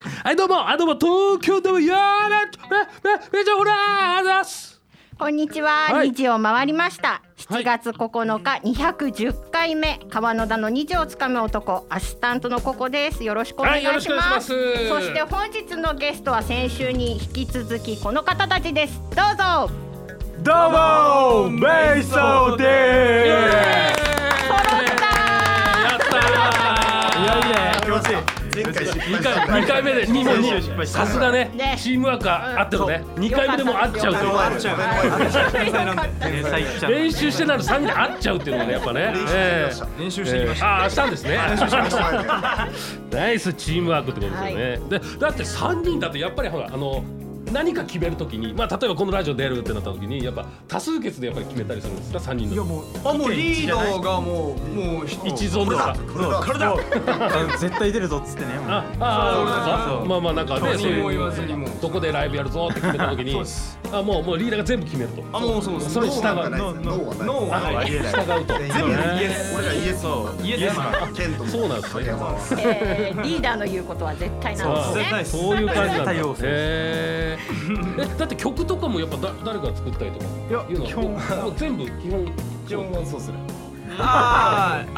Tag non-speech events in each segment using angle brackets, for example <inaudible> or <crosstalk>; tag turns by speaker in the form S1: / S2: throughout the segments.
S1: はいどうもあどうも東京でもやーらめめめちゃほらあざっす
S2: こんにちは、
S1: はい
S2: 2時を回りました
S1: はい
S2: 7月9日210回目、川野田の2時をつかむ男アシスタントのココですよろしくお願いしま
S1: はいよ
S2: す,、
S1: ろしくお願いします
S2: そして本日のゲストは先週に引き続きこの方たちですどうぞ
S3: どうもメイソ
S1: イエーイ
S2: 揃っ
S3: ーで
S2: た
S1: やった
S4: 気持ちいい前回失敗
S1: ー
S4: し
S1: 二
S4: た
S1: 回二回目で二も
S4: 先週失敗
S1: 二
S4: し
S1: さ
S4: た
S1: すがね
S2: ね
S1: チームワークあってのね二回目でもう合っちゃうと
S2: そ
S1: いう
S4: あっちゃうあっちゃう
S3: す天才ちゃん
S1: 練習してなる三人で合っちゃうっていうのがねやっぱねええ
S3: 練習してき
S1: え
S3: まし
S1: ーあーしたんですね
S4: 練習しました
S1: ナイスチームワークってことですよね、でだって3人だとやっぱりほらあの何か決めるときに、まあ、例えばこのラジオ出るってなったときにやっぱ多数決でやっぱり決めたりするんですか3人
S5: いや
S1: の
S5: もうあもうリードがもうもう
S1: 一存とか
S4: これだ
S3: た絶対出るぞっつってねもう
S1: ああ
S3: そう
S1: ーそうかまあまあなんかねそう
S5: 何も
S1: い
S5: 言
S1: う
S5: わずにもう
S1: どこでライブやるぞって決めたとき
S5: そう
S1: に
S5: です
S1: あもうもうリーダーが全部決めると
S5: あもうそうです
S1: それに従う
S4: ノー
S5: 脳
S4: は
S5: は
S4: ない
S5: ない
S4: ですノーは
S1: 従うと
S4: ない全部イエス俺がイエス
S3: イエスマン
S4: ケントも
S1: そうなんですね
S4: 竹山は
S2: えーリーダーの言うことは絶対なんで
S1: そ
S2: す
S1: う
S2: ね
S3: 絶対
S1: そういう感じなんだ
S3: 対応する
S1: へー <laughs> えだって曲とかもやっぱだ誰が作ったりとか
S5: いや
S1: いうのは
S5: 基本
S1: もう全部基本
S5: 基本はそうする
S3: まあまあま
S5: <laughs> あーあ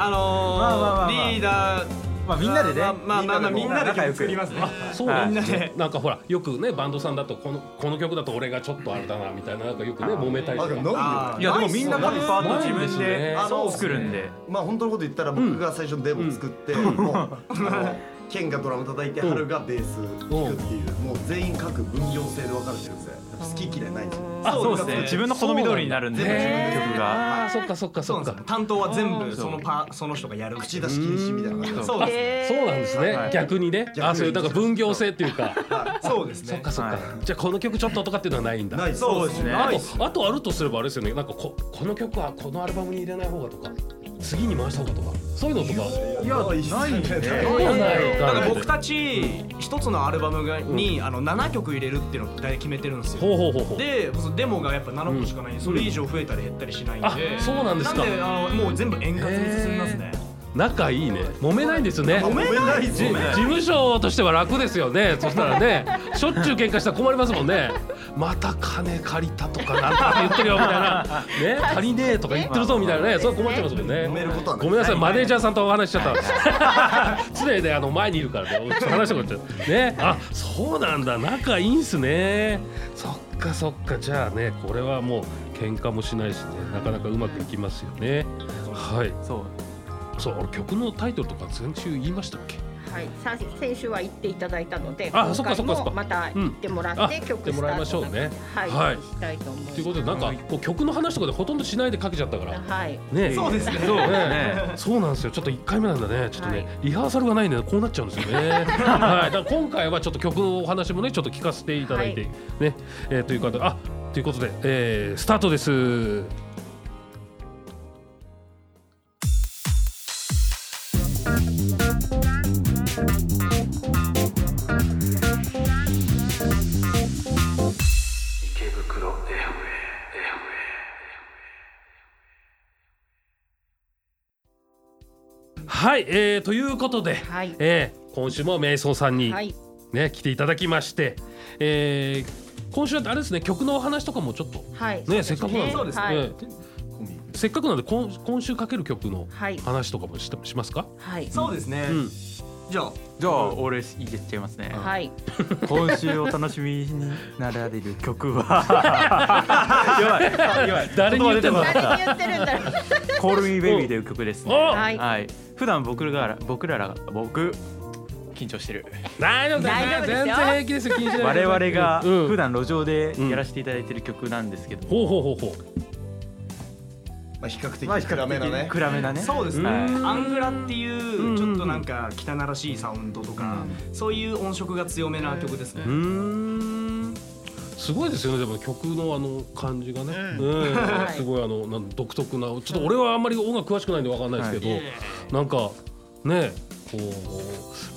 S3: あ
S5: の
S3: まあ
S5: ーリーダー
S3: まあみんなでね
S5: まあまあまあみんなで
S3: 仲良く
S5: 作りますね
S1: そうなんです
S5: は
S1: ね
S5: い。
S1: なんかほらよくねバンドさんだとこのこの曲だと俺がちょっとあれだなみたいななんかよくね揉めたり
S4: あ
S1: と
S4: で
S1: か
S4: もノ。
S5: あ
S4: ー
S5: ー
S3: いやでもみんなカビパート自分で
S4: あそうっすね
S3: 作るんで
S4: まあ本当のこと言ったら僕が最初のデモ作ってもうあのケンがドラム叩いて
S1: うん
S4: 春がベース弾くっていうもう全員各分業制で分かれてるんですよ好き嫌いないんですよ
S3: あそうですね自分の好み通りになるんで
S4: そうなんだ
S3: 自分の曲が
S1: ああーそっかそっか
S5: そ
S1: そうっ
S5: なん
S1: か
S5: です。よ担当は全部そのパその人がやる
S4: 口出し禁止みたいな感じなんですよ
S5: そうです
S2: えー
S1: そうなんですね、
S3: はい
S1: 逆にね
S4: 逆に
S1: あそういうなんか分業制っていうか
S4: は
S5: そうです
S1: そっ
S5: ね
S1: かそっか、
S3: は
S1: じゃあこの曲ちょっととかっていうのはないん
S4: い
S1: だ
S4: ない
S3: そうですね
S1: あとあとあるとすればあれですよねなんかここの曲はこのアルバムに入れない方がとか次に回した方がとかそういうのとか
S4: いやないんだ
S1: どうなんだろう
S5: だから僕たち一つのアルバムがにあの7曲入れるっていうのを大体決めてるんですよ
S1: ほうほうほうほう
S5: でそのデモがやっぱ7個しかないんで、それ以上増えたり減ったりしないん
S1: あ
S5: で、
S1: そうなんですか
S5: なんであのもう全部円滑に進みますね、
S1: 仲いいね揉めないんですよね
S4: ごめんない
S1: じ
S4: ぞ
S1: 事務所としては楽ですよねそしたらねしょっちゅう喧嘩したら困りますもんねまた金借りたとかなんとか言ってるよみたいな
S4: <laughs>
S1: ね借りねえとか言ってるぞみたいなねそれ困っちゃいますもんね
S4: 揉めることはな
S1: ご
S4: い
S1: めんなさいマネージャーさんとお話ししちゃった常にねあの前にいるからねちょっと話したことっちゃうねあそうなんだ仲いいんすねそっかそっかじゃあねこれはもう喧嘩もしないしねなかなかうまくいきますよねはい
S3: そう
S1: そう俺曲のタイトルとか先週言いましたっけ
S2: はい、さ先週は言っていただいたので、
S1: あ
S2: 今
S1: そっかそ
S2: 回
S1: っかそっか
S2: もまた言ってもら
S1: うん
S2: っ
S1: あ
S2: て、
S1: 言って
S2: 曲
S1: もらいましょうね
S2: スタート
S1: は
S2: はいい、したいと思います。
S1: ということでなんかこう曲の話とかでほとんどしないでかけちゃったから
S2: はい、
S1: ね
S5: そうですね
S1: そうね
S3: ね
S1: そうなんですよちょっと1回目なんだねちょっとね、
S2: はい
S1: リハーサルがないんでこうなっちゃうんですよね
S2: <laughs>
S1: はいだから今回はちょっと曲のお話もねちょっと聞かせていただいて、
S2: は
S1: ね、えーというかあということで、えースタートですはい、えーということで、
S2: はい
S1: えー今週もメイソンさんに、
S2: はい、
S1: ね、来ていただきまして、えー今週はあれですね曲のお話とかもちょっと、
S2: はい、
S1: ね、せっかくなんで
S5: そうですね
S2: はい、
S1: ええせっかくなんで今今週かける曲の
S2: はい
S1: 話とかもしてしますか、
S2: はい、
S5: そうですね、
S1: うん
S5: じゃあ
S3: じゃあ俺いけちゃいますね
S2: はい、
S3: 今週お楽しみになられる曲は
S1: 誰に言っても
S3: 言葉出てこなか
S2: 誰に言
S3: っ
S2: ってるんだろう。
S3: 「Call Me Baby」という曲ですね
S1: お
S2: はい
S3: はい、普段僕らが僕らが僕緊張してる
S1: 大丈夫です
S2: 大丈夫ですよ
S1: 全然平気ですよ気にしない
S3: 我
S1: で
S3: 々が
S1: うん
S3: 普段路上でやらせていただいてる曲なんですけど、
S1: ほうほうほうほう
S4: まあ比較的暗めなね
S3: 暗めなね
S5: そうですね、
S3: はい
S5: アングラってい
S1: うん
S5: うちょっとなんか汚らしいサウンドとか、そういう音色が強めな曲ですね、
S1: うーんすごいですよねでも曲のあの感じがね、うん
S2: はい
S1: すごいあのなん独特なちょっと俺はあんまり音楽詳しくないんでわかんないですけど、
S5: はい
S1: なんかねこ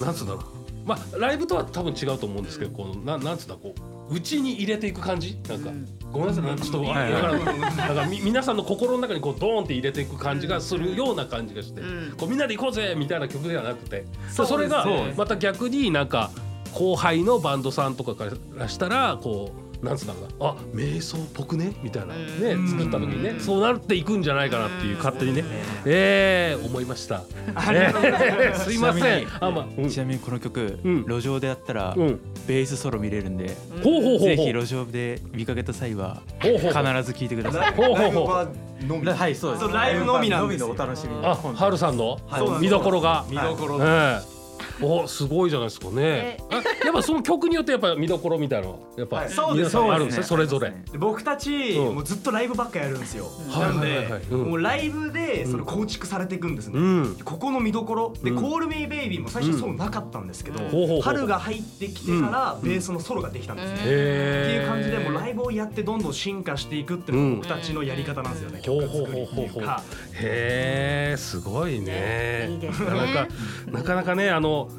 S1: うなんつうんだろうまあライブとは多分違うと思うんですけどこのななんつうんだこう内に入れていく感じなんか、ごめんなさいなんかちょっとわ
S3: はい
S1: わからないなんかみ皆さんの心の中にこうドーンって入れていく感じがするような感じがして、
S2: うん
S1: こうみんなで行こうぜみたいな曲ではなくて、
S5: そうです
S1: それが
S5: そうです
S1: また逆になんか後輩のバンドさんとかからしたらこうなんつったかなあ瞑想っぽくねみたいなね
S5: うん
S1: 作った時にねそうなっていくんじゃないかなっていう勝手にねえー、思いました。えー <laughs> すいま
S3: ちな
S1: せ
S3: み
S1: ん
S3: に。
S1: あまあ、うん
S3: ちなみにこの曲、
S1: うん
S3: 路上でやったら、
S1: うん
S3: ベースソロ見れるんで、
S1: ほうほうほう
S3: ぜ
S1: ほ
S3: ひ
S1: う
S3: 路上で見かけた際は
S1: ほうほ
S3: 必ず
S1: う。
S3: 聴いてくださ
S4: ラ
S3: い
S4: イ
S1: ほうほうほう
S4: ブはのみ
S3: はいそうです
S5: そうライブのみなんですよ
S3: ライブのみのお楽しみ
S1: あ、ハルさんの
S5: そうなんです
S1: 見どころが。
S5: 見どころ、
S1: ええおすごいじゃないですかね。あやっぱその曲によってやっぱ見どころみたいなのはやっぱ
S4: はい
S5: そうで
S1: 皆
S5: す
S1: さんあるんですねそれぞれ。
S5: で僕たち、
S1: うん
S5: もうずっとライブばっかやるんですよ、
S1: はい
S5: なんで、
S1: はいはいはいうん
S5: もうライブでそれ構築されていくんですね、
S1: うん。
S5: ここの見どころで「
S1: うん
S5: Call Me Baby」も最初そうなかったんですけど、
S1: ほうほうほう
S5: 春が入ってきてからベースのソロができたんですね、
S1: へ
S5: っ
S1: え。
S5: ていう感じでもうライブをやってどんどん進化していくっていうの
S1: うん
S5: が僕たちのやり方なんですよね、
S1: ほう
S5: 曲
S1: ほうほう
S5: 作りって
S1: ほう
S5: いう
S1: ほう
S5: か。
S1: へえすごいね。
S2: いいですね
S1: なかなかなかなかねあの、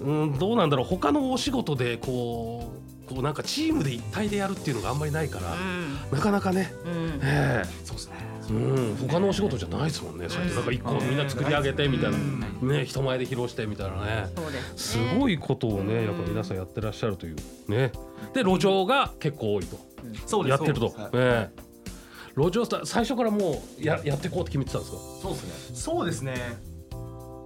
S1: うん、どうなんだろう他のお仕事でこうこうなんかチームで一体でやるっていうのがあんまりないから、なかなかね。
S2: うん
S1: ええ
S5: そうですね
S1: うん、他のお仕事じゃないですもんね。そうやってなんか一個みんな作り上げてみたいな、ね、人前で披露してみたいなね。
S2: そうですね
S1: すごいことをね、やっぱ皆さんやってらっしゃるというね。で、路上が結構多いと、
S5: そうです
S1: やってる
S5: そう
S1: と
S5: で、
S1: ええ路上スタ最初からもうややっていこうって決めてたんですか。
S4: そうですね
S5: すそうですね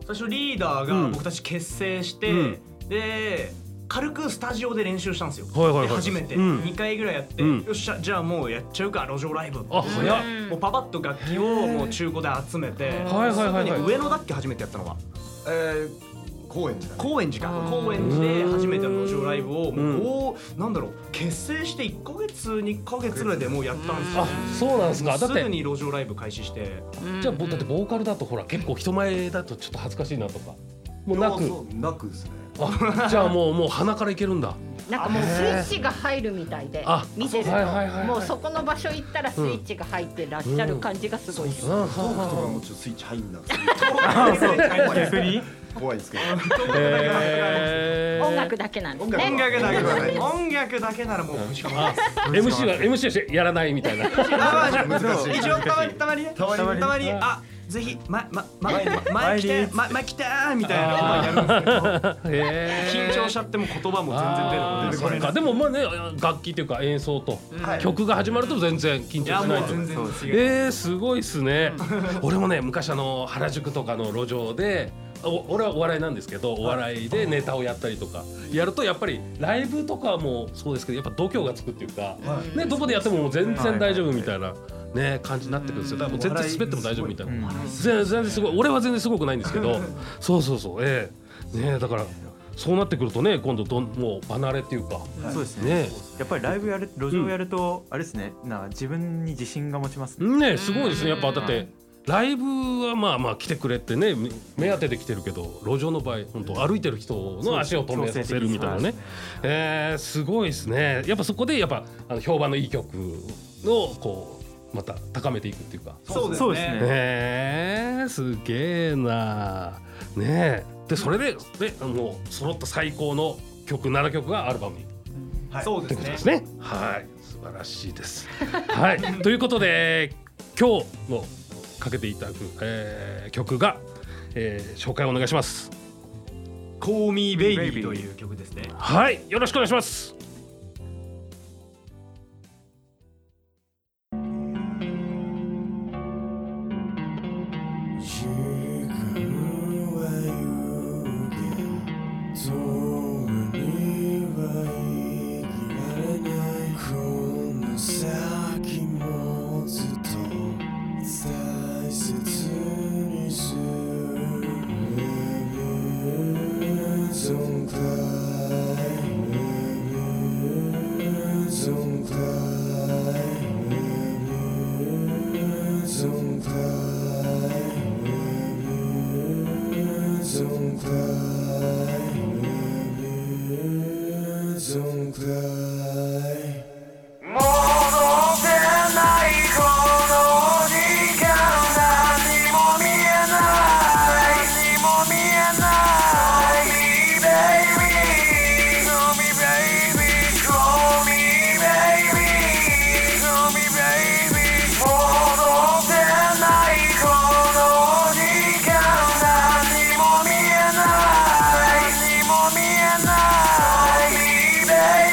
S5: 最初リーダー
S1: う
S5: が
S1: ん
S5: 僕たち結成して、
S1: うん
S5: で軽くスタジオで練習したんですよ、
S1: はいはいはい
S5: で初めて、
S1: うん
S5: 2回ぐらいやって、
S1: うん
S5: よっしゃじゃあもうやっちゃうか路上ライブ
S1: あ、早っ。
S2: うん
S5: もうパパッと楽器をもう中古で集めて、
S1: はいはいはいはい
S5: すぐに上野だっけ初めてやったのは
S4: えー、高円寺だね
S5: 高円寺
S2: あ
S5: か
S2: ー
S5: 高円寺で初めての路上ライブを
S1: うん
S5: もう、なんだろう結成して1か月2か月ぐらいでもうやったんですよ
S1: あ、そうなんですか。だっ
S5: すぐ
S1: て。
S5: に路上ライブ開始して
S1: じゃあ、ぼだってボーカルだと、ほら、結構人前だと、ちょっと恥ずかしいなとか。もうなく。
S4: そうなくですね
S1: あ、じゃあ、もう、もう鼻からいけるんだ。
S2: なんかもうスイッチが入るみたいで
S1: あ
S2: 見てると
S1: はいはいはいはい
S2: もうそこの場所行ったらスイッチが入ってらっしゃる感じがすごいです
S1: うん、はん
S4: トークとか
S1: はん
S4: もちょっとスイッチ入んなくて
S3: 逆に
S4: 怖いですけど
S1: へー
S2: 音楽だけなんです
S5: 音
S2: ね
S5: 楽だけ
S4: 音楽だけ
S5: 音楽だけならもうしかも
S1: あ MC は MC はしてやらないみ <laughs> たいな
S4: 難しい
S5: 一応たまにたまにね
S4: たまにね
S5: たまにあぜひままま前
S3: 前
S5: 来
S3: に
S5: てま前来てみたいなことはやるんですけど
S1: へー
S5: 緊張しちゃっても言葉も
S1: あー
S5: 全然出て
S1: そ
S5: こな
S1: っ
S5: い
S1: かでもまあね楽器というか演奏と、
S4: はい
S1: 曲が始まると全然緊
S5: いや
S1: 張し
S5: も
S1: ないと
S5: う全然違う
S1: えー、すごいっすね俺もね昔あの原宿とかの路上でお俺はお笑いなんですけどお笑いでネタをやったりとかやるとやっぱりライブとかもそうですけどやっぱ度胸がつくっていうか、
S4: はい
S1: ね、どこでやってももう全然大丈夫みたいな、ね、感じになってくるんですよだからもう全然滑っても大丈夫みたいな。
S3: うん
S1: 全全然すごい俺は全然すごくないんですけどそうそうそうええねえだからそうなってくるとね今度どんもう離れっていうか
S3: そうですね
S1: ね
S3: やっぱりライブやる路上やると、あれですねなんか自分に自信が持ちます
S1: え
S3: ね、
S1: ねえすごいですねやっぱだっ
S3: は
S1: てライブはまあまあ来てくれってねめ目当てで来てるけど路上の場合本当歩いてる人の足を止めさせるみたいなねえー、すごいですねやっぱそこでやっぱあの評判のいい曲をこうまた高めていくっていうか
S5: そうです
S3: そうです
S5: ね
S3: ね
S1: へえすげえなねえでそれででもう揃った最高の曲7曲がアルバムに
S5: はいそうですね
S1: ですねはい素晴らしい <laughs> ですはいということで今日のかけていただく、えー曲が、えー紹介お願いします
S5: 「Call Me Baby」という曲ですね
S1: はいよろしくお願いします
S6: 時間は有限そんなには生きられないこの先もずっと大切にする存在存在存在Don't cry, don't cry. 戻せないこの時間何も見えない何も見えない Call me baby Call me baby Call me baby Call me baby 戻せないこの時間何も見えない何も見えない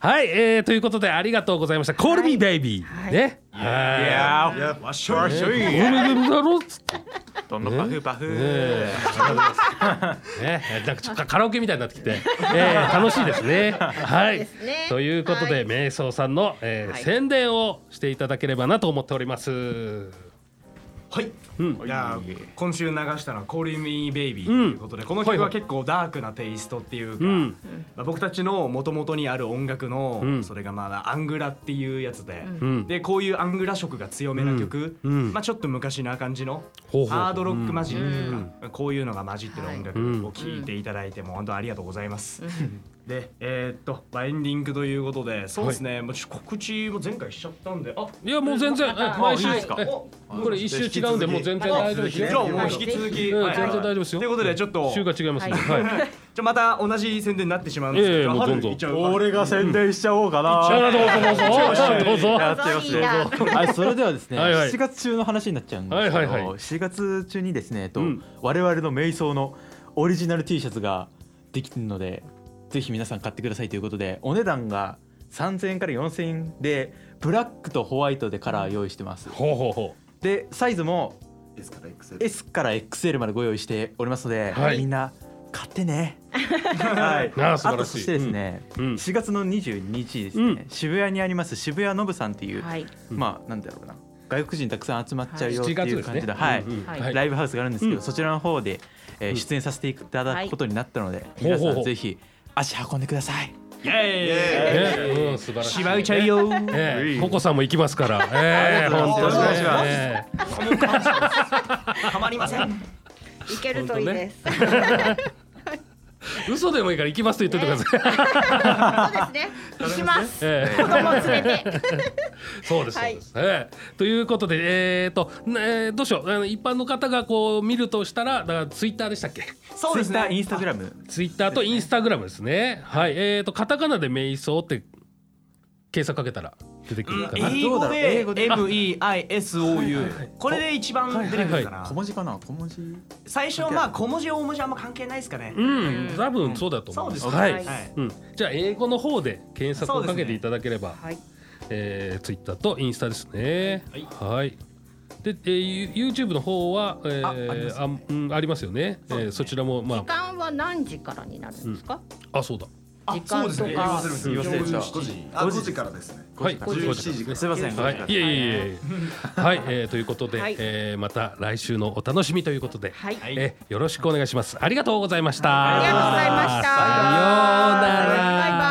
S1: はい、えーということでありがとうございました。コールミーベイビーね。はい。
S3: やー
S5: いやわっしょいわっしょい
S1: コールミーだろっつって
S3: どんどんパフパフ、
S1: ええありがとうございます。ね、なんかちょっとカラオケみたいになってきて、えー楽しいですね。はい。
S2: そうですね
S1: ということ
S2: は
S1: で、
S2: い
S1: 瞑想さんの、えー
S2: はい
S1: 宣伝をしていただければなと思っております。
S5: はい
S1: うん。
S5: じゃあ今週流したのは「Call Me Baby」ということで、この曲は結構ダークなテイストっていうか、
S1: うん。
S5: まあ、僕たちのもともとにある音楽の、
S1: うん
S5: それがまあアングラっていうやつで、
S1: うん。
S5: でこういうアングラ色が強めな曲、
S1: うんうん
S5: まあ、ちょっと昔な感じの
S1: ほうほう
S5: ハードロック混じりというか、こういうのが混じってる音
S1: うん
S5: 楽を聴いていただいても本当ありがとうございます。でえーっとまあエンディングということでそうですね、もうちょ告知も前回しちゃったんであ
S1: いやもう全然、え毎週
S2: あいい
S5: ですか
S1: えこれ一周違うんでもう全然大丈夫です
S5: じゃあ
S1: よ。
S5: もう引き続き、
S1: ええ全然大丈夫ですよ
S5: ということでちょっと
S1: 週が違いますね。はい。
S5: じゃあまた同じ宣伝になってしまうんです
S1: え
S5: け
S1: え
S5: ど、
S1: もう
S5: 春
S1: どんどん
S5: いっちゃう
S3: 俺が宣伝しちゃおうかな、
S1: あ
S5: <laughs>
S1: どうぞどうぞどうぞ。
S3: やっちゃいますね
S2: どうぞ
S3: はい、それではですね、
S1: はいはい
S3: 7月中の話になっちゃうんですけど、
S1: はいはいはい
S3: 7月中にですね、えっと
S1: うん
S3: 我々の瞑想のオリジナル T シャツができてるのでぜひ皆さん買ってくださいということでお値段が3000円から4000円でブラックとホワイトでカラー用意してます
S1: ほうほうほ
S3: でサイズも
S4: S から XL
S3: S から XL までご用意しておりますので、
S1: はい
S3: みんな買っ
S1: <laughs>
S3: てねはい
S1: ああ素晴らしい
S3: とそしてですね、
S1: う。うん。
S3: 4月の22日ですね、
S1: うん
S3: 渋谷にあります渋谷のぶさんっていう、
S2: はい
S3: まあなんだろうな外国人たくさん集まっちゃうよっ
S1: 7
S3: てい
S1: 月
S3: う
S1: です
S3: 感
S1: ね
S3: じ。で、はい
S1: うんうん
S2: は
S1: はい
S3: ライブハウスがあるんですけど、
S1: うん
S3: そちらの方で、えー
S1: うん
S3: 出演させていただくことになったので、
S1: い
S3: 皆さ
S1: ほうほうほ
S3: ん
S1: う
S3: ぜひ足運んでください。
S5: イエーイ
S1: ね、うん素晴らしい。
S5: しまうちゃいよ
S1: ええ、ココさんも行きますから。ええ、本当に
S5: ありがとうございます
S1: ね。
S5: たまりません
S2: いけるといいです。
S1: 嘘でもいいから行きますと言っといてください。
S2: そうで
S1: <laughs>
S2: すね。行きます。
S1: ええ
S2: 子供連れて。
S1: そうです。そう
S2: はい
S1: です。ええということで、えっと、ねえーどうしようあの。一般の方がこう見るとしたら、だからツイッターでしたっけ？
S5: そうです
S3: Twitter イ
S5: ね
S3: ンスタグラム
S1: ツイッターとインスタグラムですね。はい。えっと、カタカナで瞑想って検索かけたら出てくるかな。
S5: 英
S3: どう
S5: 語
S3: だろう
S5: で
S3: 英語
S5: MEISOU これで一番出てくるかな
S3: 小文字かな小文字
S5: 最初はまあ小文字大文字あんま関係ないですかね
S1: うん、多分そうだと思います。
S5: そうです
S1: は
S5: ね
S1: い、
S5: はい
S1: うん、じゃあ英語の方で検索をかけていただければ、
S2: はい。
S1: えツイッター Twitter とインスタですね。はい。で、えー、ユ YouTube の方は、えー、ああ,、うん、ありますよね。そえーそちらも <laughs> ま
S2: 時間は何時からになるんですか。
S1: ああそうだ。
S5: あ
S2: 時間と
S4: 言わ
S2: か
S4: せ。るんですよ
S3: 言わせる
S4: 5時あ5時からですね
S1: はい。
S4: 17時から
S3: すいません。
S1: はい。いえいえいえ。はい、えー、ということで、
S2: はい
S1: えー、また来週のお楽しみということで、
S2: はい。あり
S1: えーよろしくお願いします。ありがとうございました。
S2: がとうございました。
S1: さようなら。
S2: バイバイ。